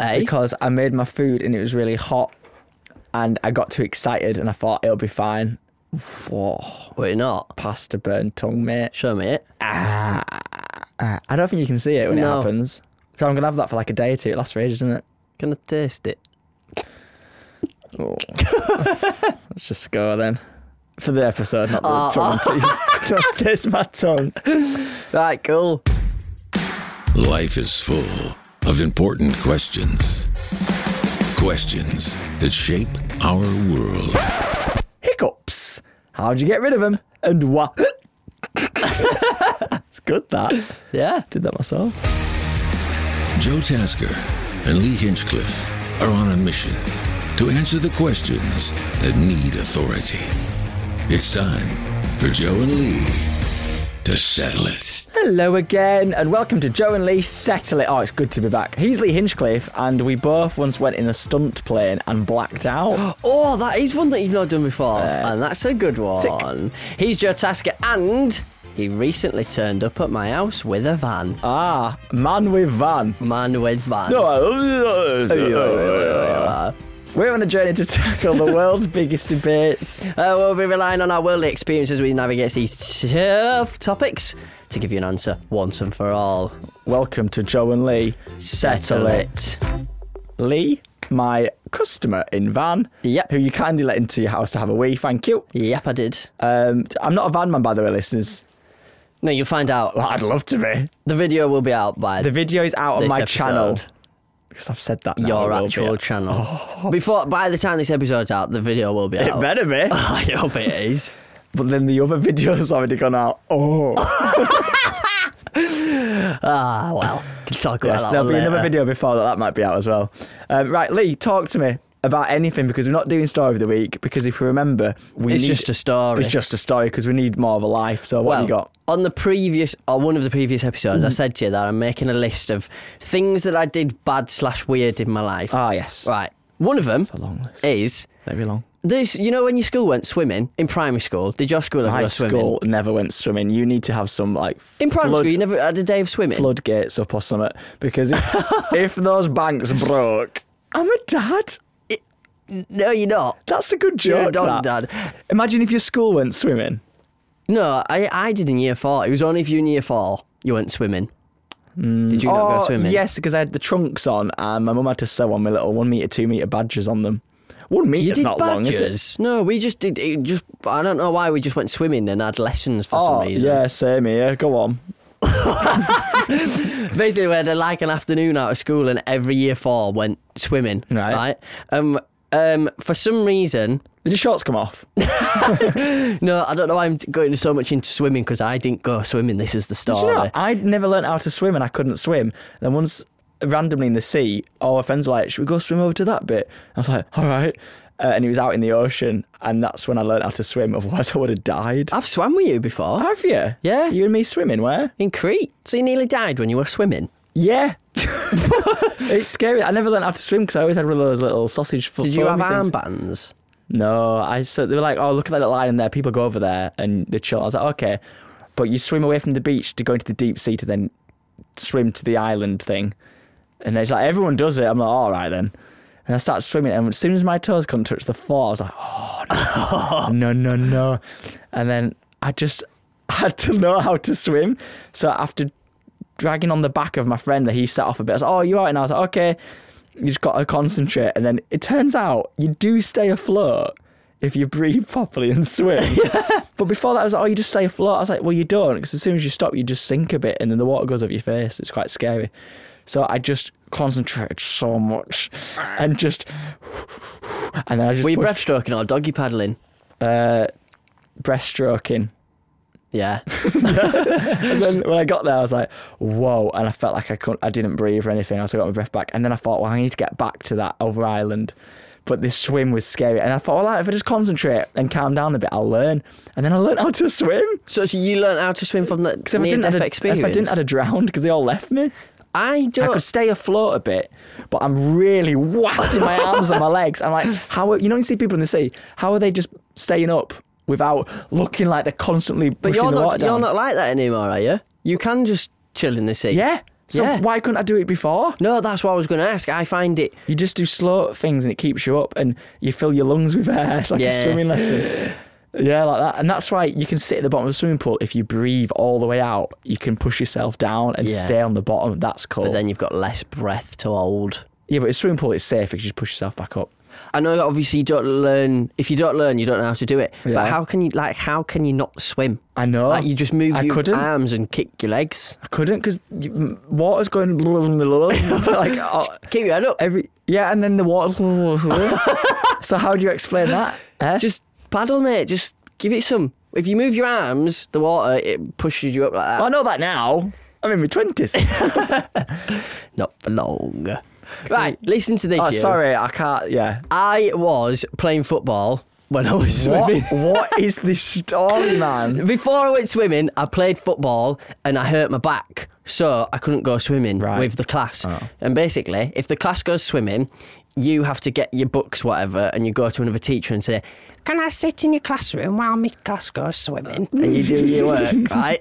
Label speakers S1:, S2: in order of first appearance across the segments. S1: Eh?
S2: because I made my food and it was really hot, and I got too excited and I thought it'll be fine. Whoa,
S1: Were you not?
S2: pasta burned tongue, mate.
S1: Show me it.
S2: I don't think you can see it when it
S1: No.
S2: happens. So I'm gonna have that for like a day or two. It lasts for ages, doesn't it?
S1: Can I taste it?
S2: Oh. Let's just go then. For the episode, not the tongue. Don't taste my tongue.
S1: Right, cool.
S3: Life is full of important questions. Questions that shape our world.
S2: Hiccups. How'd you get rid of them? And what? it's good that.
S1: Yeah.
S2: Did that myself.
S3: Joe Tasker and Lee Hinchcliffe are on a mission to answer the questions that need authority. It's time for Joe and Lee to settle it.
S2: Hello again, and welcome to Joe and Lee Settle It. Oh, it's good to be back. He's Lee Hinchcliffe, and we both once went in a stunt plane and blacked out.
S1: Oh, that is one that you've not done before, and that's a good one. He's Joe Tasker, and he recently turned up at my house with a van.
S2: ah, man with van.
S1: Man with van. Uh,
S2: We're on a journey to tackle the world's biggest debates.
S1: Uh, we'll be relying on our worldly experience as we navigate these tough topics to give you an answer once and for all.
S2: Welcome to Joe and Lee.
S1: Settle it.
S2: Lee, my customer in van,
S1: Yep.
S2: who you kindly let into your house to have a wee, thank you.
S1: Yep, I did.
S2: Um, I'm not a van man, by the way, listeners.
S1: No, you'll find out.
S2: Well, I'd love to be.
S1: The video will be out by
S2: The video is out on
S1: This
S2: my
S1: episode.
S2: channel. Because I've said that now. it
S1: your
S2: will be
S1: actual
S2: out.
S1: channel. Before, by the time this episode's out, the video will be
S2: It
S1: out.
S2: better be.
S1: I hope it is.
S2: but then the other video's already gone out. Oh,
S1: Ah, well, we can talk about
S2: yes,
S1: that
S2: there'll
S1: one
S2: be another
S1: later.
S2: video before that. That might be out as well. Um, right, Lee, talk to me about anything because we're not doing story of the week. Because if we remember, we
S1: It's
S2: need-
S1: just a story.
S2: It's just a story because we need more of a life. So what
S1: well,
S2: have you got? Mm-hmm.
S1: on the previous or one of the previous episodes, I said to you that I'm making a list of things that I did bad slash weird in my life.
S2: Ah, yes.
S1: right, one of them
S2: Long list.
S1: is
S2: Don't be long.
S1: this. You know when your school went swimming in primary school? Did your school ever
S2: My
S1: go swimming?
S2: school never went swimming. You need to have some like
S1: In primary
S2: flood,
S1: school, you never had a day of swimming.
S2: floodgates up or something because if, if those banks broke, I'm a dad.
S1: No, you're not.
S2: That's a good joke.
S1: You're a dog
S2: that.
S1: dad.
S2: Imagine if your school went swimming.
S1: No, I, I did in year four. It was only if you in year four you went swimming. did you not go
S2: Oh,
S1: swimming?
S2: Yes, because I had the trunks on, and my mum had to sew on my little one meter, two meter badges on them. One
S1: You
S2: meter's
S1: did
S2: not long, is it?
S1: badges. No, we just did. It just I don't know why we just went swimming and had lessons for
S2: Oh,
S1: some reason.
S2: yeah, same here. Go on.
S1: Basically, we had a, like an afternoon out of school, and every year four went swimming.
S2: Right.
S1: Um. Um. For some reason,
S2: Did your shorts come off?
S1: no, I don't know why I'm going so much into swimming because I didn't go swimming. This is the
S2: Did you
S1: story.
S2: know? I'd never learnt how to swim and I couldn't swim. Then once randomly in the sea, all my friends were like, Should we go swim over to that bit? I was like, All right. Uh, and it was out in the ocean, and that's when I learnt how to swim. Otherwise, I would have died.
S1: I've swam with you before
S2: Have you?
S1: Oh. Yeah.
S2: You and me swimming, where?
S1: in Crete. So you nearly died when you were swimming.
S2: Yeah. it's scary. I never learnt how to swim because I always had one of those little sausage fo-
S1: Did you have
S2: foamy things.
S1: armbands?
S2: No, I so they were like, oh, look at that little island there. People go over there and they chill. I was like, okay, but you swim away from the beach to go into the deep sea to then swim to the island thing. And it's like everyone does it. I'm like, all right then. And I start swimming, and as soon as my toes couldn't touch the floor, I was like, oh no, no, no, no. And then I just, had to know how to swim. So after dragging on the back of my friend that he set off a bit, I was like, "Oh, you all right?" And I was like, "Okay." You just got to concentrate, and then it turns out you do stay afloat if you breathe properly and swim. but before that, I was like, "Oh, you just stay afloat." I was like, "Well, you don't," because as soon as you stop, you just sink a bit, and then the water goes over your face. It's quite scary. So I just concentrated so much, and just, and then I just
S1: Ah. Were you
S2: pushed-
S1: breaststroking or doggy paddling?
S2: uh, breaststroking.
S1: Yeah.
S2: And then when I got there, I was like, "Whoa!" And I felt like I couldn't, I didn't breathe or anything. I also got my breath back, and then I thought, "Well, I need to get back to that over island." But this swim was scary, and I thought, "Well, if I just concentrate and calm down a bit, I'll learn." And then I learned how to swim.
S1: So, so you learnt how to swim from that
S2: 'Cause if I
S1: near
S2: didn't, I'd
S1: death
S2: have-
S1: experience.
S2: if I didn't, I'd have drowned because they all left me.
S1: I
S2: I
S1: don't.
S2: could stay afloat a bit, but I'm really whacking my arms and my legs. I'm like, how are, you know, you see people in the sea, how are they just staying up without looking like they're constantly
S1: but
S2: pushing
S1: you're
S2: the water
S1: not.
S2: down?
S1: You're not like that anymore, are you? You can just chill in the sea.
S2: Yeah. So
S1: Yeah.
S2: why couldn't I do it before?
S1: No, that's what I was going to ask. I find it.
S2: You just do slow things and it keeps you up and you fill your lungs with air. It's like
S1: Yeah.
S2: a swimming lesson. Yeah, like that. And that's why you can sit at the bottom of the swimming pool. If you breathe all the way out, you can push yourself down and
S1: Yeah.
S2: stay on the bottom. That's cool.
S1: But then you've got less breath to hold.
S2: yeah, but a swimming pool is safe because you just push yourself back up.
S1: I know that obviously you don't learn. If you don't learn, you don't know how to do it.
S2: Yeah.
S1: But how can you like? How can you not swim?
S2: I know.
S1: Like you just move
S2: I
S1: your
S2: couldn't.
S1: arms and kick your legs.
S2: I couldn't because water's going like oh,
S1: Keep your head up.
S2: every yeah, and then the water. so how do you explain that? Eh?
S1: Just paddle, mate. Just give it some. If you move your arms, the water it pushes you up like that.
S2: I know that now. I'm in my twenties.
S1: Not for long. Right, listen to this.
S2: oh,
S1: you.
S2: sorry, I can't. Yeah.
S1: I was playing football when I was swimming.
S2: What, what is this story, man?
S1: Before I went swimming, I played football and I hurt my back. So I couldn't go swimming
S2: Right.
S1: with the class. And basically, if the class goes swimming, you have to get your books, whatever, and you go to another teacher and say, Can I sit in your classroom while my class goes swimming? And you do your work, right?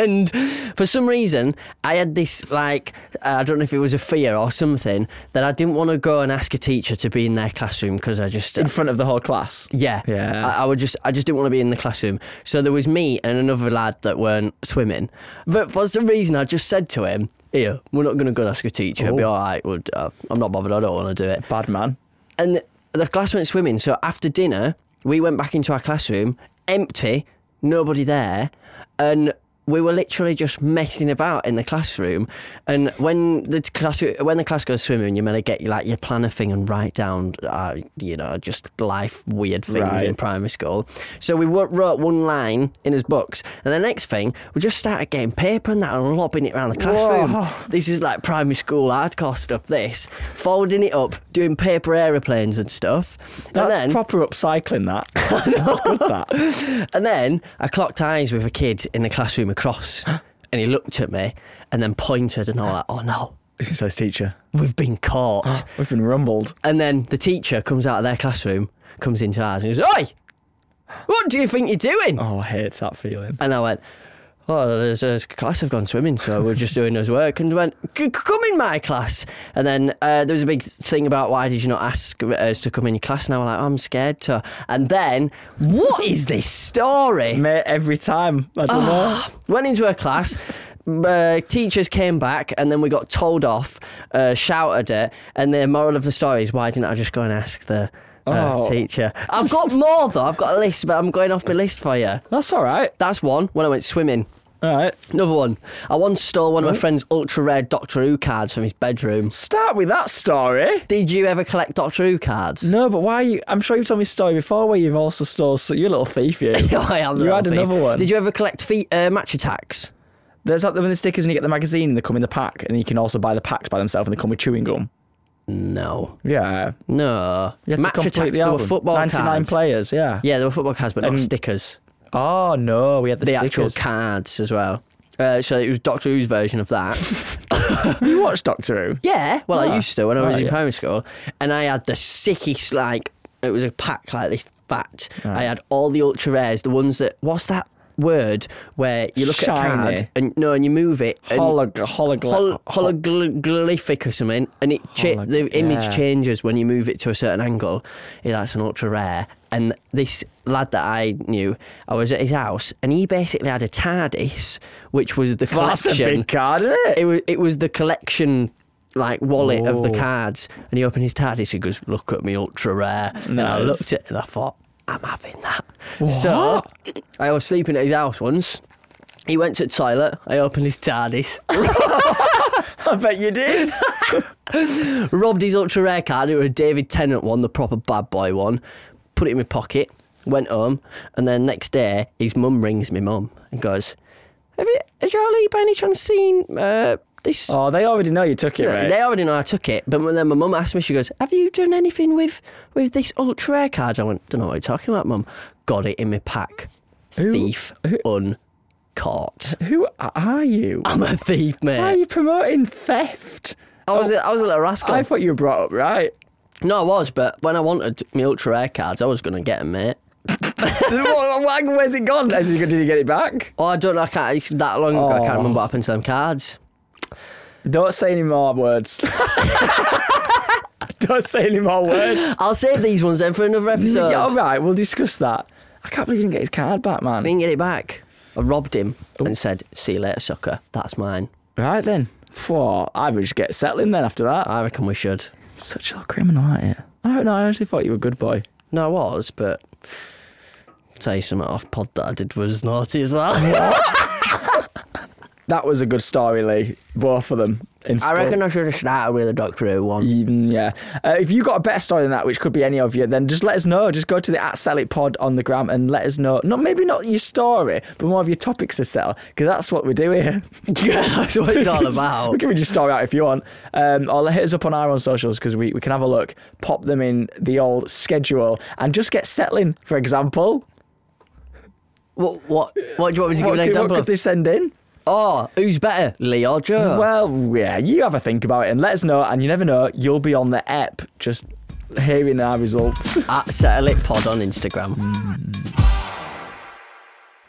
S1: and for some reason, I had this, like, I don't know if it was a fear or something, that I didn't want to go and ask a teacher to be in their classroom because I just. uh,
S2: In front of the whole class.
S1: Yeah,
S2: Yeah.
S1: I, I would just, I just didn't want to be in the classroom. So there was me and another lad that weren't swimming. But for some reason, I just said to him, "Here, we're not going to go and ask a teacher.
S2: Oh.
S1: It'll be all right. We'll, uh, I'm not bothered. I don't want to do it."
S2: Bad man.
S1: And the, the class went swimming. So after dinner, we went back into our classroom, empty, nobody there, and. We were literally just messing about in the classroom, and when the class when the class goes swimming, you're meant to get like your planner thing and write down, uh, you know, just life weird things
S2: Right.
S1: in primary school. So we wo- wrote one line in his books, and the next thing we just started getting paper and that and lobbing it around the classroom.
S2: Whoa.
S1: This is like primary school hardcore stuff. This folding it up, doing paper aeroplanes and stuff,
S2: That's
S1: and then
S2: proper upcycling, that. That's good, that.
S1: and then I clocked eyes with a kid in the classroom across, and he looked at me and then pointed and all like, oh no,
S2: This is teacher.
S1: we've been caught.
S2: We've been rumbled.
S1: And then the teacher comes out of their classroom, comes into ours, and goes, "Oi, what do you think you're doing?"
S2: Oh, I hate that feeling.
S1: And I went, Oh, there's a class have gone swimming, so we're just doing his work. And went, "C- Come in my class. And then uh, there was a big thing about why did you not ask uh, us to come in your class? And I was like, "Oh, I'm scared to. And then, what is this story?
S2: Mate, every time. I don't know.
S1: Went into a class. Uh, teachers came back and then we got told off, uh, shouted at, and the moral of the story is why didn't I just go and ask the uh,
S2: Oh.
S1: teacher? I've got more though, I've got a list, but I'm going off my list for you.
S2: That's all right.
S1: That's one when I went swimming.
S2: All right.
S1: Another one. I once stole one of my friend's ultra rare Doctor Who cards from his bedroom.
S2: Start with that story.
S1: Did you ever collect Doctor Who cards?
S2: No, but why? You, I'm sure you've told me a story before where you've also stole. So you're a little thief, you.
S1: I am
S2: You
S1: not
S2: had
S1: a thief.
S2: another one.
S1: Did you ever collect feet, uh, match attacks?
S2: There's like when the stickers and you get the magazine and they come in the pack, and you can also buy the packs by themselves, and they come with chewing gum.
S1: No.
S2: Yeah,
S1: No.
S2: you had
S1: match
S2: to complete
S1: attacks,
S2: the
S1: there
S2: album.
S1: were football
S2: 99
S1: cards.
S2: players. Yeah.
S1: Yeah, there were football cards, but not
S2: Um,
S1: stickers.
S2: Oh no, we had the,
S1: The actual
S2: stickers.
S1: cards as well. Uh, so it was Doctor Who's version of that.
S2: Have you watched Doctor Who?
S1: yeah, well, I
S2: Ah.
S1: used to when I was
S2: Right,
S1: in
S2: yeah.
S1: primary school, and I had the sickest like it was a pack like this fat. I had all the ultra rares, the ones that what's that word where you look at a card
S2: Shiny.
S1: and no, and you move it and
S2: Holog- hologla-
S1: hol- hologlyphic or something, and it cha-
S2: Holog-
S1: the image
S2: yeah.
S1: changes when you move it to a certain angle. Yeah, that's an ultra rare. and this lad that I knew, I was at his house, and he basically had a TARDIS, which was the
S2: That's
S1: collection.
S2: a big card, isn't it?
S1: Eh, It was it was the collection like wallet of the
S2: Whoa.
S1: cards, and he opened his TARDIS. He goes, "Look at me, ultra rare." And I
S2: Nice.
S1: looked at it and I thought, "I'm having that." So I was sleeping at his house once. He went to the toilet. I opened his TARDIS,
S2: I bet you did.
S1: robbed his ultra rare card. It was a David Tennant one, the proper bad boy one. Put it in my pocket. Went home, and then next day, his mum rings me mum and goes, "Have you, has Charlie by any chance seen uh, this
S2: oh, they already know you took it,
S1: No,
S2: right?
S1: They already know I took it, but when then my mum asked me, she goes, "Have you done anything with with this ultra rare card?" I went, "Don't know what you're talking about, mum." Got it in my pack. Thief uncaught.
S2: Who are you?
S1: I'm a thief,
S2: Why are
S1: mate.
S2: you promoting theft?
S1: I was a, I was a little rascal.
S2: I thought you were brought up right.
S1: no, I was, but when I wanted my ultra rare cards, I was gonna get them, mate.
S2: What- what- Where's it gone? Has he- Did he get it back?
S1: Oh, I don't know. I can't. It's that long ago. I can't
S2: Aw.
S1: remember what happened to them cards.
S2: Don't say any more words. Don't say any more words.
S1: I'll save these ones then for another episode.
S2: Yeah, all right, we'll discuss that. I can't believe he didn't get his card back,
S1: I
S2: man.
S1: didn't get it back. I robbed him and said, "See you later, sucker. That's mine."
S2: Right then. Phew, I would just get settling then after that.
S1: I reckon we should.
S2: Such a little criminal, aren't you? I don't know. I actually thought you were a good boy.
S1: No, I was, but tell you something off pod that I did was naughty as well.
S2: That was a good story, Lee. Both of them. In
S1: I
S2: sport.
S1: reckon I should have started with a Doctor Who one.
S2: Mm, yeah. Uh, if you got a better story than that, which could be any of you, then just let us know. Just go to the at Sell It Pod on the gram and let us know. Not maybe not your story, but more of your topics to sell, because that's what we do here.
S1: That's what it's all
S2: we
S1: about.
S2: can read your story out if you want. Um, or hit us up on our own socials because we, we can have a look, pop them in the old schedule, and just get settling. For example,
S1: What, what, what do you want me to give
S2: what,
S1: an
S2: could-
S1: example
S2: what
S1: of?
S2: could they send in?
S1: Oh, who's better, Lee or Joe?
S2: Well, yeah, you have a think about it and let us know. And you never know, you'll be on the app just hearing our results.
S1: At Settle It Pod on Instagram.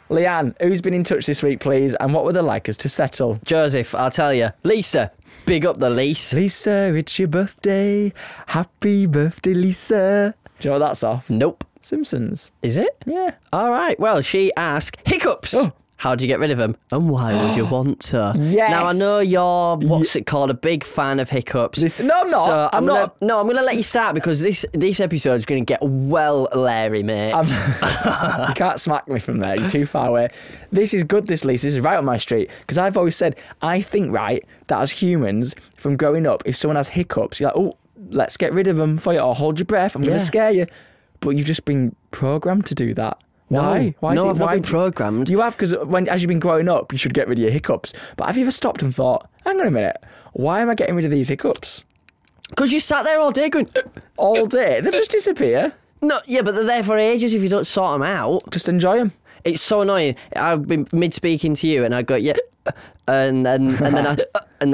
S2: Leanne, who's been in touch this week, please? And what would they like us to settle?
S1: Joseph, I'll tell you. Lisa, big up the lease.
S2: Lisa, it's your birthday. Happy birthday, Lisa. Do you know what that's off?
S1: Nope.
S2: Simpsons.
S1: Is it?
S2: Yeah.
S1: All right. Well, she asked hiccups.
S2: Oh.
S1: How do you get rid of them? And why would you want to?
S2: Yes.
S1: Now I know you're what's it called? A big fan of hiccups.
S2: This- no, I'm not.
S1: So
S2: I'm
S1: gonna-
S2: not.
S1: No, I'm going to let you start because this this episode's going to get well Larry, mate.
S2: you can't smack me from there. You're too far away. This is good, this Lisa. This is right up my street. Because I've always said, I think, right, that as humans, from growing up, if someone has hiccups, you're like, oh, let's get rid of them for you or hold your breath. I'm going
S1: Yeah.
S2: to scare you. But you've just been programmed to do that. Why? Why
S1: no,
S2: is it?
S1: I've not
S2: why-
S1: been programmed.
S2: You have because when as you've been growing up, you should get rid of your hiccups. But have you ever stopped and thought, hang on a minute, why am I getting rid of these hiccups?
S1: Because you sat there all day going. "Uh,
S2: All day, they just disappear.
S1: No, yeah, but they're there for ages if you don't sort them out.
S2: Just enjoy them.
S1: It's so annoying. I've been mid speaking to you and I go yeah, and then and then I and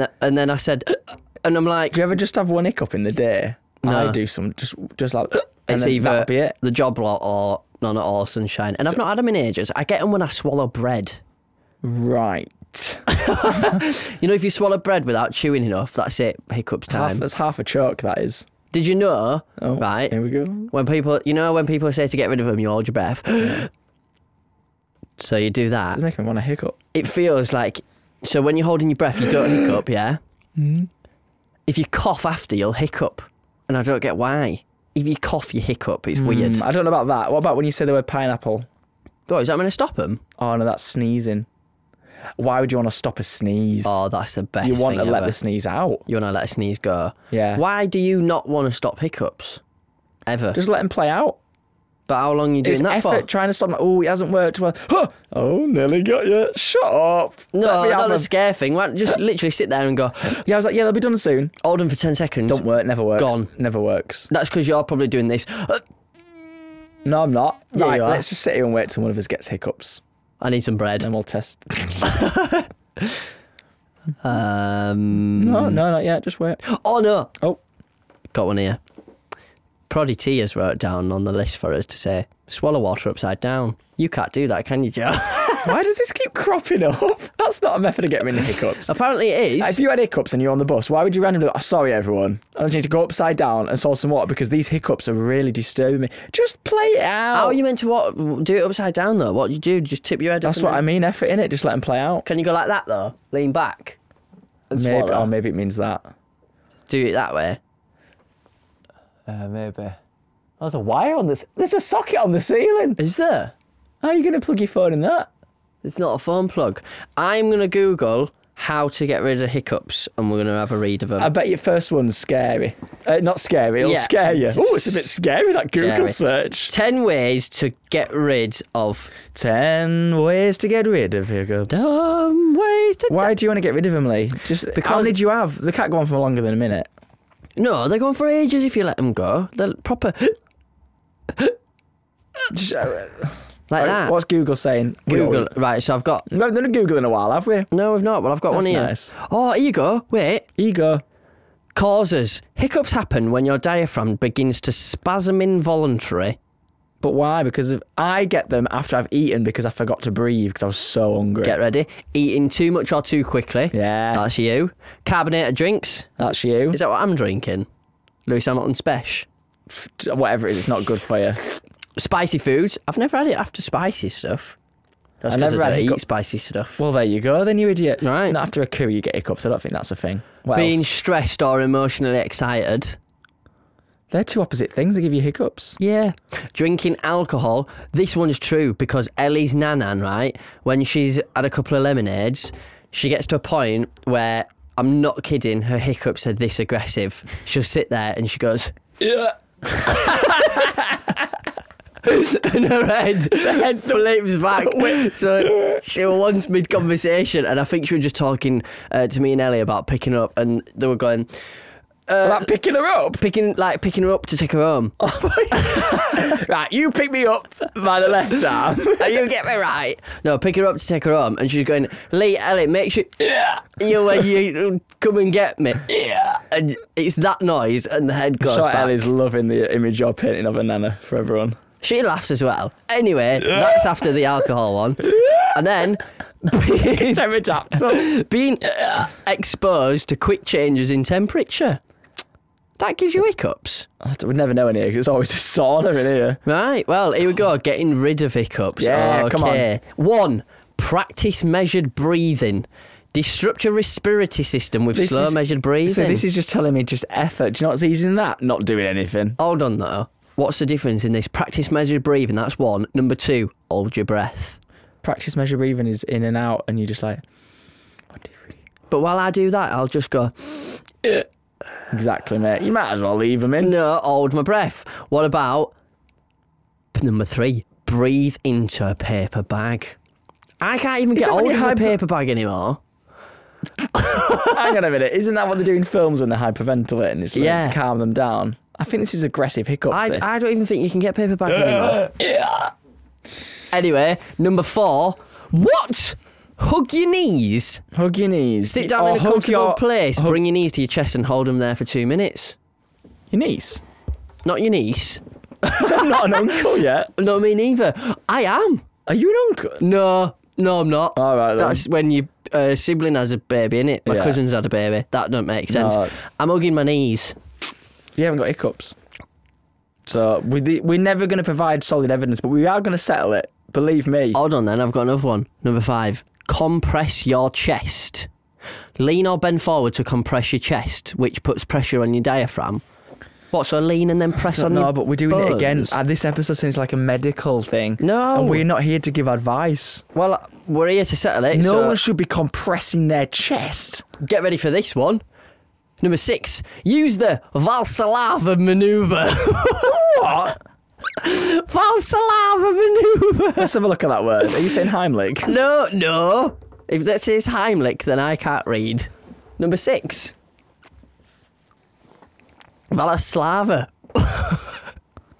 S1: then, and then I said, "Uh," and I'm like,
S2: Do you ever just have one hiccup in the day?
S1: No.
S2: I do some just just like and
S1: It's
S2: then
S1: either
S2: that'll be it.
S1: the job lot or none at all sunshine. And I've not had them in ages. I get them when I swallow bread.
S2: Right.
S1: You know, if you swallow bread without chewing enough, that's it. Hiccups
S2: Half,
S1: time.
S2: that's half a choke that is.
S1: Did you know?
S2: Oh,
S1: right.
S2: Here we go.
S1: When people, you know, when people say to get rid of them, you hold your breath. so you do that.
S2: It's making me want to hiccup.
S1: It feels like so when you're holding your breath, you don't hiccup. Yeah.
S2: Mm-hmm.
S1: If you cough after, you'll hiccup, and I don't get why. If you cough, you hiccup. It's weird.
S2: Mm, I don't know about that. What about when you say the word pineapple?
S1: Oh, is that going to stop them?
S2: Oh no, that's sneezing. Why would you want to stop a sneeze?
S1: Oh, that's the best.
S2: you want
S1: thing
S2: to let
S1: ever.
S2: the sneeze out.
S1: You want to let a sneeze go.
S2: Yeah.
S1: Why do you not want to stop hiccups? Ever.
S2: Just let him play out.
S1: but how long are you doing
S2: It's
S1: that
S2: effort
S1: for?
S2: trying to stop. Oh, it hasn't worked well. Huh. Oh, nearly got you. Shut up.
S1: No,
S2: Let me have
S1: not the
S2: them.
S1: scare thing. Why, just literally sit there and go,
S2: Yeah, I was like, yeah, they'll be done soon.
S1: hold them for 10 seconds.
S2: Don't work. Never works.
S1: Gone.
S2: Never works.
S1: That's because you're probably doing this.
S2: No, I'm not.
S1: Yeah,
S2: right,
S1: you are.
S2: let's just sit here and wait till one of us gets hiccups.
S1: I need some bread.
S2: Then we'll test.
S1: Um,
S2: No, no, not yet. Just wait.
S1: Oh, no.
S2: Oh,
S1: Got one here. Proddy T has wrote down on the list for us to say, swallow water upside down. You can't do that, can you, Joe?
S2: Why does this keep cropping up? That's not a method of getting rid of hiccups.
S1: Apparently it
S2: If
S1: is.
S2: you had hiccups and you're on the bus, why would you randomly? Oh, sorry, everyone. I just need to go upside down and source some water because these hiccups are really disturbing me. Just play it out.
S1: How are you meant to what, do it upside down though? What do you do? Just tip your head.
S2: That's
S1: up and
S2: what I
S1: then-
S2: mean. Effort in it. Just let them play out.
S1: Can you go like that though? Lean back and
S2: Maybe,
S1: swallow.
S2: oh, maybe it means that.
S1: do it that way.
S2: Uh, maybe. There's a wire on this. There's a socket on the ceiling.
S1: Is there?
S2: How are you going to plug your phone in that?
S1: It's not a phone plug. I'm gonna Google how to get rid of hiccups, and we're gonna have a read of them.
S2: I bet your first one's scary. Uh, not scary. It'll
S1: Yeah.
S2: scare you. Oh, it's a bit scary that Google
S1: Scary.
S2: search.
S1: Ten ways to get rid of.
S2: Ten ways to get rid of hiccups.
S1: Dumb ways to.
S2: Why do you want to get rid of them, Lee? Just how
S1: Because-
S2: many do you have? They can't go on for longer than a minute.
S1: No, they're going for ages if you let them go. They're proper
S2: Just, uh,
S1: like that.
S2: What's Google saying? We don't-
S1: Google right. So I've got.
S2: We haven't done a Google in a while, have we?
S1: No, I've not. Well, I've got
S2: That's
S1: one here.
S2: nice.
S1: Oh, here you go. Wait.
S2: Ego.
S1: Causes. Hiccups happen when your diaphragm begins to spasm involuntarily.
S2: But why? Because of, I get them after I've eaten because I forgot to breathe because I was so hungry.
S1: Get ready. Eating too much or too quickly.
S2: Yeah.
S1: That's you. Carbonated drinks.
S2: That's you.
S1: Is that what I'm drinking? Lewis Hamilton Spesh.
S2: Whatever it is, it's not good for you.
S1: Spicy foods. I've never had it after spicy stuff. That's
S2: I
S1: 'cause
S2: never
S1: I
S2: had
S1: don't eat
S2: hiccup-
S1: spicy stuff.
S2: Well, there you go, then you idiot.
S1: Right.
S2: Not after a coup, you get hiccups. I don't think that's a thing. What
S1: Being
S2: else?
S1: stressed or emotionally excited.
S2: They're two opposite things. They give you hiccups.
S1: Yeah. Drinking alcohol. This one's true because Ellie's nanan, right? When she's had a couple of lemonades, she gets to a point where I'm not kidding, her hiccups are this aggressive. She'll sit there and she goes, Yeah. and her head,
S2: head
S1: flips back. so she was once mid conversation, and I think she was just talking uh, to me and Ellie about picking her up, and they were going,
S2: About picking her up.
S1: picking like picking her up to take her home.
S2: Right, you pick me up by the left arm.
S1: Are you get me right? No, pick her up to take her home, and she's going, Lee, Ellie, make sure you when you come and get me. Yeah, and it's that noise, and the head goes
S2: Sure,
S1: back.
S2: Ellie's loving the image you're painting of a nana for everyone.
S1: She laughs as well. Anyway, that's after the alcohol one, and then being,
S2: Pterodactyl.
S1: being exposed to quick changes in temperature. That gives you hiccups.
S2: I d- we never know in here 'cause it's always a sauna in here.
S1: Right, well, here we go. Getting rid of hiccups.
S2: Yeah,
S1: okay.
S2: come on.
S1: One, practice measured breathing. Disrupt your respiratory system with
S2: This
S1: slow
S2: is-
S1: measured breathing.
S2: So this is just telling me just effort. Do you know what's easier than that? Not doing anything.
S1: Hold on, though. What's the difference in this? Practice measured breathing, that's one. Number two, hold your breath.
S2: Practice measure breathing is in and out, and you're just like
S1: But while I do that, I'll just go,
S2: exactly, mate. You might as well leave them in.
S1: no, hold my breath. What about number three, breathe into a paper bag? I can't even get
S2: that when
S1: hold
S2: you
S1: of a
S2: hyper-
S1: paper bag anymore.
S2: Hang on a minute. Isn't that what they do in films when they're hyperventilating? It's like
S1: Yeah.
S2: to calm them down. I think this is aggressive hiccups.
S1: I,
S2: this.
S1: I don't even think you can get paper bag anymore. Anyway, number four. What? Hug your knees.
S2: hug your knees.
S1: Sit down
S2: or
S1: in a
S2: Oh, hug
S1: comfortable
S2: your,
S1: place.
S2: hug
S1: Bring your knees to your chest and hold them there for two minutes.
S2: your niece.
S1: Not your niece.
S2: I'm not an uncle yet.
S1: Not me neither. I am.
S2: Are you an uncle?
S1: No, no, I'm not.
S2: All right, then.
S1: That's when your uh, sibling has a baby, in it. My
S2: Yeah.
S1: cousin's had a baby. That don't make sense.
S2: No.
S1: I'm hugging my knees.
S2: You haven't got hiccups. So we the, we're never going to provide solid evidence, but we are going to settle it. Believe me.
S1: Hold on, then. I've got another one. Number five. Compress your chest. Lean or bend forward to compress your chest, which puts pressure on your diaphragm. What? So lean and then press on.
S2: no,
S1: your
S2: but we're doing it again.
S1: bones?
S2: Uh, this episode seems like a medical thing.
S1: No.
S2: And we're not here to give advice.
S1: well, we're here to settle it.
S2: No
S1: so
S2: one should be compressing their chest.
S1: get ready for this one. Number six. Use the Valsalava maneuver.
S2: What?
S1: Valsalava maneuver.
S2: Let's have a look at that word. Are you saying Heimlich?
S1: No, no. If that says Heimlich, then I can't read. Number six. Valaslava.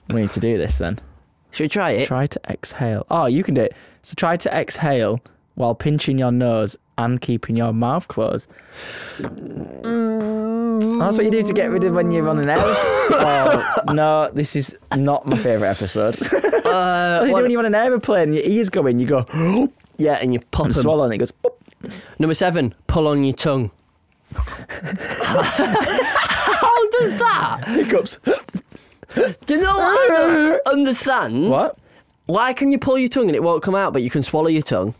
S2: we need to do this then.
S1: Should we try it?
S2: Try to exhale. Oh, you can do it. So try to exhale while pinching your nose and keeping your mouth closed. That's what you do to get rid of when you're on an air. oh, no, this is not my favourite episode. what do you do when you're on an aeroplane? Your ears go in, you go,
S1: Yeah, and you pop
S2: and
S1: 'em.
S2: swallow, and it goes. Boop.
S1: Number seven, pull on your tongue. How does that?
S2: Hiccups.
S1: Do you know what I don't understand?
S2: what?
S1: Why can you pull your tongue and it won't come out, but you can swallow your tongue?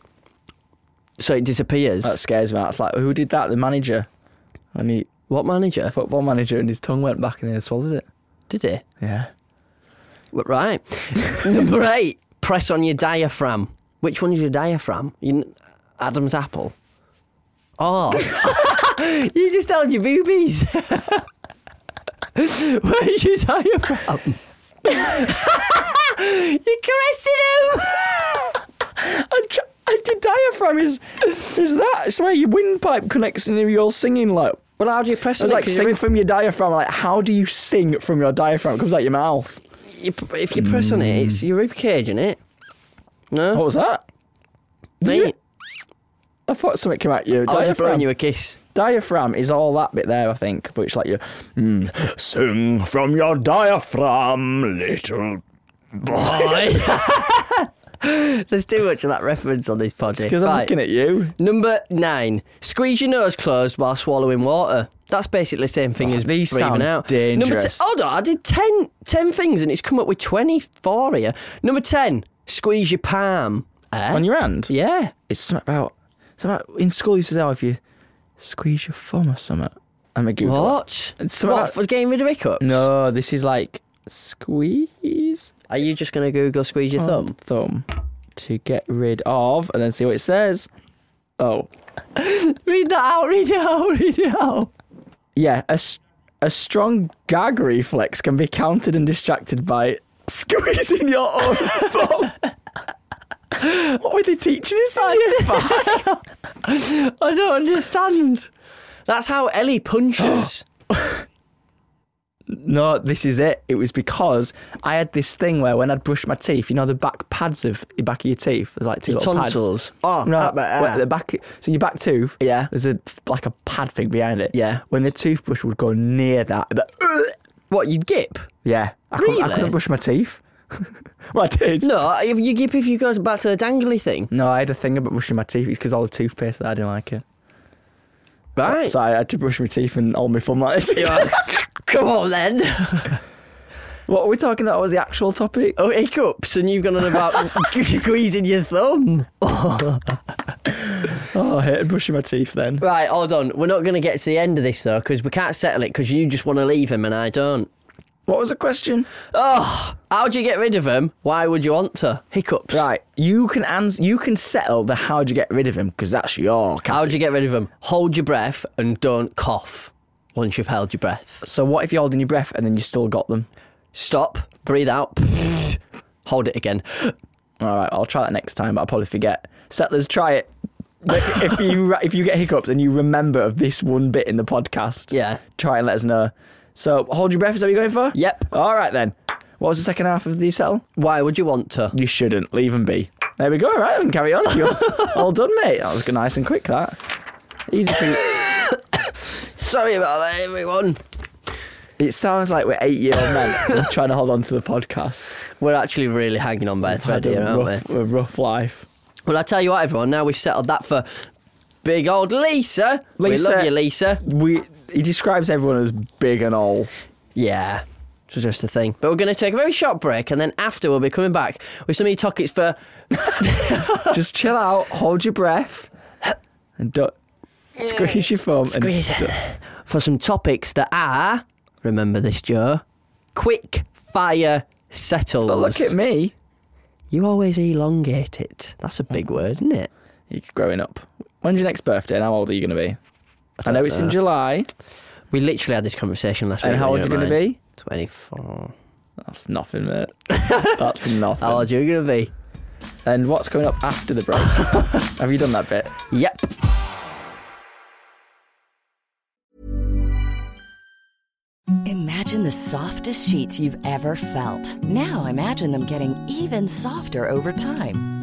S1: So it disappears.
S2: That scares me. It's like who did that? The manager. And he
S1: what manager
S2: football manager, and his tongue went back and he swallowed it.
S1: did it?
S2: Yeah.
S1: Well, Right. Number eight, press on your diaphragm. Which one's your diaphragm? You, Adam's apple. Oh. you just held your boobies. Where's your diaphragm? You're caressing him.
S2: And tr- and your diaphragm is is that? It's where your windpipe connects and you're all singing like.
S1: Well, how do you press
S2: It's
S1: it?
S2: like
S1: 'Cause
S2: sing from your diaphragm. Like how do you sing from your diaphragm? It comes out your mouth.
S1: you, you- if you press on
S2: Mm.
S1: it, it's your rib cage, isn't it? No,
S2: What was that? Did you-
S1: mate.
S2: I thought something came out your
S1: I was just
S2: Oh, diaphragm.
S1: throwing you a kiss.
S2: diaphragm is all that bit there, I think, but it's like you mm, sing from your diaphragm, little boy.
S1: There's too much of that reference on this pod.
S2: Because I'm looking at you.
S1: Number nine, squeeze your nose closed while swallowing water. That's basically the same thing as
S2: Oh, these
S1: breathing
S2: sound
S1: out. Number
S2: dangerous.
S1: ten, hold on, I did 10, 10 things and it's come up with 24 here. Number 10, squeeze your palm. Eh?
S2: On your hand.
S1: yeah.
S2: It's something about, something about in school you said, oh, if you squeeze your thumb or something. I'm a Google. it.
S1: What?
S2: It's
S1: what,
S2: about-
S1: for getting rid of hiccups?
S2: No, this is like squeeze
S1: Are you just going to Google squeeze your
S2: thumb
S1: thumb?
S2: thumb to get rid of and then see what it says. Oh.
S1: Read that out, read it out, read it out.
S2: Yeah, a, s- a strong gag reflex can be countered and distracted by squeezing your own thumb. what were they teaching us? in year five?
S1: I don't understand. That's how Ellie punches.
S2: no, this is it. It was because I had this thing where when I'd brush my teeth, you know, the back pads of the back of your teeth, there's like two
S1: Your
S2: little
S1: tonsils.
S2: pads.
S1: Oh,
S2: no,
S1: up there.
S2: where the back. So your back tooth.
S1: Yeah.
S2: There's a like a pad thing behind it.
S1: Yeah.
S2: When the toothbrush would go near that, that-
S1: what, you gip?
S2: yeah, I couldn't, I
S1: Really?
S2: couldn't brush my teeth. well, I did.
S1: No, if you gip if you go back to the dangly thing.
S2: No, I had a thing about brushing my teeth. It's because all the toothpaste that I didn't like it.
S1: Right.
S2: So I had to brush my teeth and hold my thumb like this.
S1: Come on then.
S2: what were we talking about? What was the actual topic?
S1: Oh, hiccups, and you've gone on about squeezing your thumb.
S2: Oh, I hated brushing my teeth then.
S1: Right, hold on. We're not going to get to the end of this, though, because we can't settle it because you just want to leave him and I don't.
S2: What was the question?
S1: How do you get rid of him? Why would you want to? Hiccups.
S2: Right, you can ans- you can settle the how'd you get rid of him because that's your
S1: How do
S2: category.
S1: you get rid of him? Hold your breath and don't cough once you've held your breath.
S2: So what if you're holding your breath and then you still got them?
S1: Stop, breathe out, hold it again.
S2: All right, I'll try that next time, but I'll probably forget. Settlers, try it. Like, if you if you get hiccups and you remember of this one bit in the podcast,
S1: Yeah.
S2: try and let us know. So hold your breath. Is that what you're going for?
S1: Yep.
S2: All right then. What was the second half of the settle?
S1: Why would you want to?
S2: You shouldn't leave and be. There we go. All right, then carry on. You're all done, mate. That was good, nice and quick. That easy. For you.
S1: Sorry about that, everyone.
S2: It sounds like we're eight-year-old men trying to hold on to the podcast.
S1: We're actually really hanging on by a thread
S2: Had a
S1: here, aren't we?
S2: rough, a rough life.
S1: Well, I tell you what, everyone. Now we've settled that for big old Lisa.
S2: Lisa.
S1: We love you, Lisa.
S2: We he describes everyone as big and all.
S1: Yeah, it's just a thing. But we're going to take a very short break, and then after we'll be coming back with some e-tockets for.
S2: Just chill out, hold your breath, and don't squeeze your thumb.
S1: Squeeze
S2: and uh,
S1: it. for some topics that are. Remember this, Joe. Quick fire settles.
S2: But Oh, look at me.
S1: You always elongate it. That's a big word, isn't it?
S2: You're growing up. When's your next birthday? And how old are you going to be? I, know it's in July.
S1: We literally had this conversation last week.
S2: And how old are you going to be?
S1: Twenty-four.
S2: That's nothing, mate. That's nothing.
S1: How old are you going to be?
S2: And what's coming up after the break? Have you done that bit?
S1: Yep.
S4: Imagine the softest sheets you've ever felt. Now imagine them getting even softer over time.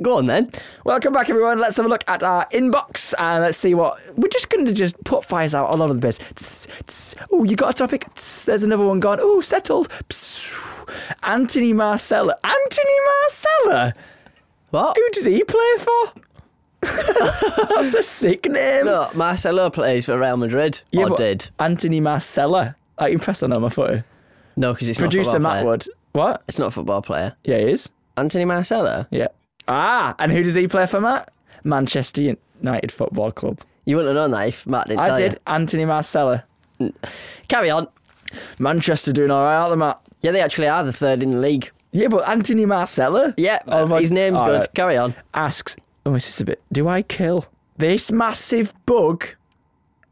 S1: Go on then.
S2: Welcome back, everyone. Let's have a look at our inbox and let's see what we're just going to just put fires out all over the place. Tss, tss. Oh, you got a topic? Tss, there's another one gone. Oh, settled. Psst. Anthony Marcella. Anthony Marcella.
S1: What?
S2: Who does he play for? That's a sick name.
S1: No, Marcelo plays for Real Madrid.
S2: Yeah,
S1: or
S2: but
S1: did.
S2: Anthony Marcella. Are you pressed on my foot?
S1: No, because it's
S2: Producer
S1: not a football
S2: Matt
S1: player.
S2: Wood. What?
S1: It's not a football player.
S2: Yeah, he is.
S1: Anthony Marcelo?
S2: Yeah. Ah, and who does he play for, Matt? Manchester United Football Club.
S1: You wouldn't have known that if Matt didn't
S2: I
S1: tell
S2: did.
S1: you.
S2: Anthony Marcella.
S1: Carry on.
S2: Manchester doing all right, aren't they, Matt?
S1: Yeah, they actually are the third in the league.
S2: Yeah, but Anthony Marcella.
S1: Yeah, uh,
S2: Oh, my-
S1: his name's
S2: all
S1: good.
S2: right.
S1: Carry on.
S2: Asks, oh, this is a bit. Do I kill this massive bug,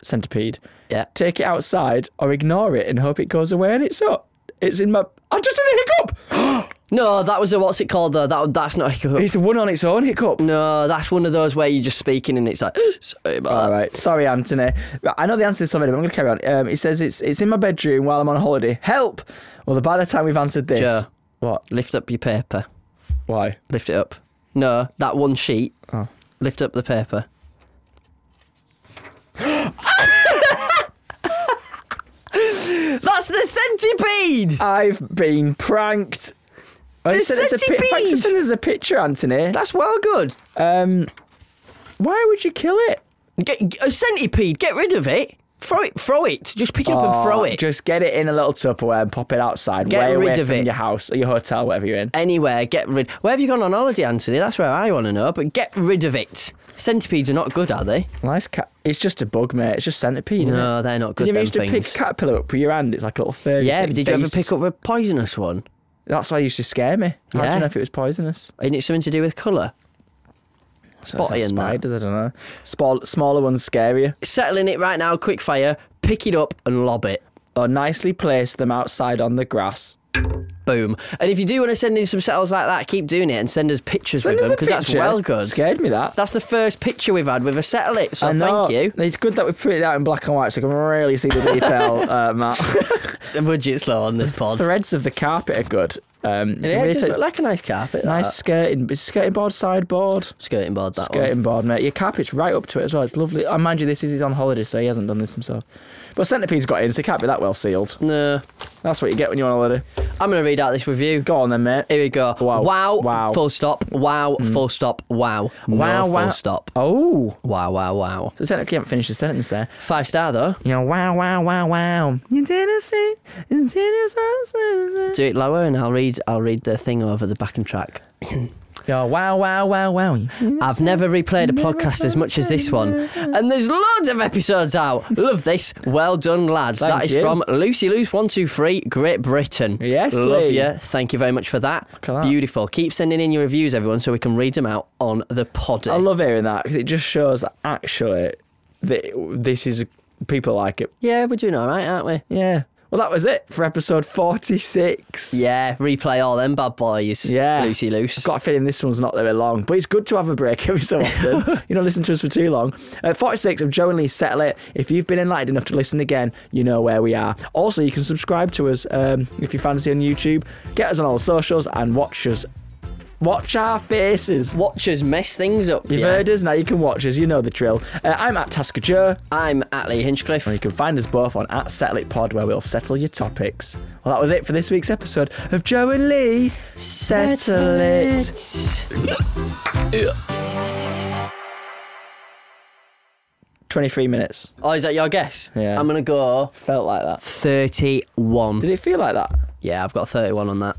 S2: centipede?
S1: Yeah.
S2: Take it outside or ignore it and hope it goes away and it's up. It's in my. I just had a hiccup.
S1: No, that was a what's it called though? That that's not a hiccup.
S2: It's one on its own hiccup.
S1: No, that's one of those where you're just speaking and it's like sorry about
S2: All
S1: that.
S2: right, sorry, Anthony. Right, I know the answer to this already, but I'm going to carry on. Um, it says it's it's in my bedroom while I'm on holiday. Help! Well, by the time we've answered this,
S1: Joe.
S2: what?
S1: Lift up your paper.
S2: Why?
S1: Lift it up. No, that one sheet. Lift up the paper. that's the centipede.
S2: I've been pranked. Oh, you
S1: The
S2: said it's a pi-
S1: centipede!
S2: thanks for sending us a picture, Anthony.
S1: That's well good.
S2: Um, why would you kill it?
S1: Get, a centipede. Get rid of it. Throw it. Throw it. Just pick it up and throw
S2: Or
S1: it.
S2: Oh, Just get it in a little Tupperware and pop it outside.
S1: Get
S2: way
S1: rid
S2: away
S1: of
S2: from
S1: it.
S2: your house or your hotel, whatever you're in.
S1: Anywhere, get rid. Where have you gone on holiday, Anthony? That's where I want to know. But get rid of it. Centipedes are not good, are they?
S2: Nice cat. It's just a bug, mate. It's just centipede. isn't
S1: No,
S2: it?
S1: they're not
S2: Did
S1: good.
S2: you ever
S1: them
S2: used to pick
S1: things.
S2: a caterpillar up with your hand? It's like a little furry.
S1: yeah,
S2: thing.
S1: but did
S2: They
S1: you ever
S2: used to
S1: pick up a poisonous one?
S2: That's why it used to scare me. How do
S1: Yeah.
S2: you know if it was poisonous?
S1: Isn't it something to do with colour? Spotty
S2: Like
S1: and that.
S2: spiders, I don't know. Small, smaller ones scarier.
S1: Settling it right now, quick fire. Pick it up and lob it.
S2: Or nicely place them outside on the grass.
S1: Boom. And if you do want to send in some settles like that, keep doing it and send us pictures
S2: Send
S1: with
S2: us
S1: them
S2: a
S1: because that's
S2: picture.
S1: well good.
S2: Scared me that.
S1: That's the first picture we've had with a settle it. So
S2: I know.
S1: thank you.
S2: It's good that we put it out in black and white so I can really see the detail, uh, Matt.
S1: The budget's low on this pod.
S2: Threads of the carpet are good. Um, you
S1: Yeah,
S2: can
S1: it
S2: really
S1: does
S2: take-
S1: look like a nice carpet.
S2: nice
S1: that.
S2: skirting, is it skirting board, sideboard,
S1: skirting board. That
S2: skirting
S1: one.
S2: board, mate. Your carpet's right up to it as well. It's lovely. I mind you, this is he's on holiday, so he hasn't done this himself. But centipede's got in, so it can't be that well sealed.
S1: No,
S2: That's what you get when you're on holiday.
S1: I'm gonna read out this review.
S2: Go on then, mate.
S1: Here we go.
S2: Wow.
S1: Wow.
S2: Wow.
S1: Full stop. Wow. Full stop. Wow.
S2: Wow,
S1: Hmm. No
S2: wow.
S1: Full stop.
S2: Oh,
S1: Wow. Wow. Wow.
S2: so technically, I haven't finished the sentence there.
S1: Five star though.
S2: You know, wow, wow, wow, wow. You didn't see, you didn't see.
S1: Do it lower, and I'll read. I'll read the thing over the backing track.
S2: Yo, wow, wow, wow, wow.
S1: I've never replayed a podcast as much as this one, and there's loads of episodes out. Love this. Well done, lads.
S2: Thank
S1: that is
S2: you.
S1: from Lucy Loose One Two Three, Great Britain.
S2: Yes,
S1: love
S2: Lee.
S1: you. Thank you very much for that.
S2: at that.
S1: Beautiful. Keep sending in your reviews, everyone, so we can read them out on the pod.
S2: I love hearing that because it just shows that actually that this is people like it.
S1: Yeah, we're doing all right, aren't we?
S2: Yeah. Well, that was it for episode 46.
S1: Yeah, replay all them bad boys.
S2: Yeah.
S1: Loosey
S2: I've
S1: loose.
S2: got a feeling this one's not very long, but it's good to have a break every so often. you don't listen to us for too long. Uh, 46 of Joe and Lee Settle It. If you've been enlightened enough to listen again, you know where we are. Also, you can subscribe to us um, if you fancy on YouTube. Get us on all socials and watch us. Watch our faces.
S1: Watchers mess things up.
S2: You've
S1: yeah.
S2: heard us, now you can watch us. You know the drill. Uh, I'm at Tasker Joe.
S1: I'm Atley Hinchcliffe.
S2: You can find us both on at Settle It Pod, where we'll settle your topics. Well, that was it for this week's episode of Joe and Lee Settle It.
S1: It's-
S2: 23 minutes.
S1: Oh, is that your guess?
S2: Yeah.
S1: I'm gonna go
S2: Felt like that.
S1: 31.
S2: Did it feel like that?
S1: Yeah, I've got 31 on that.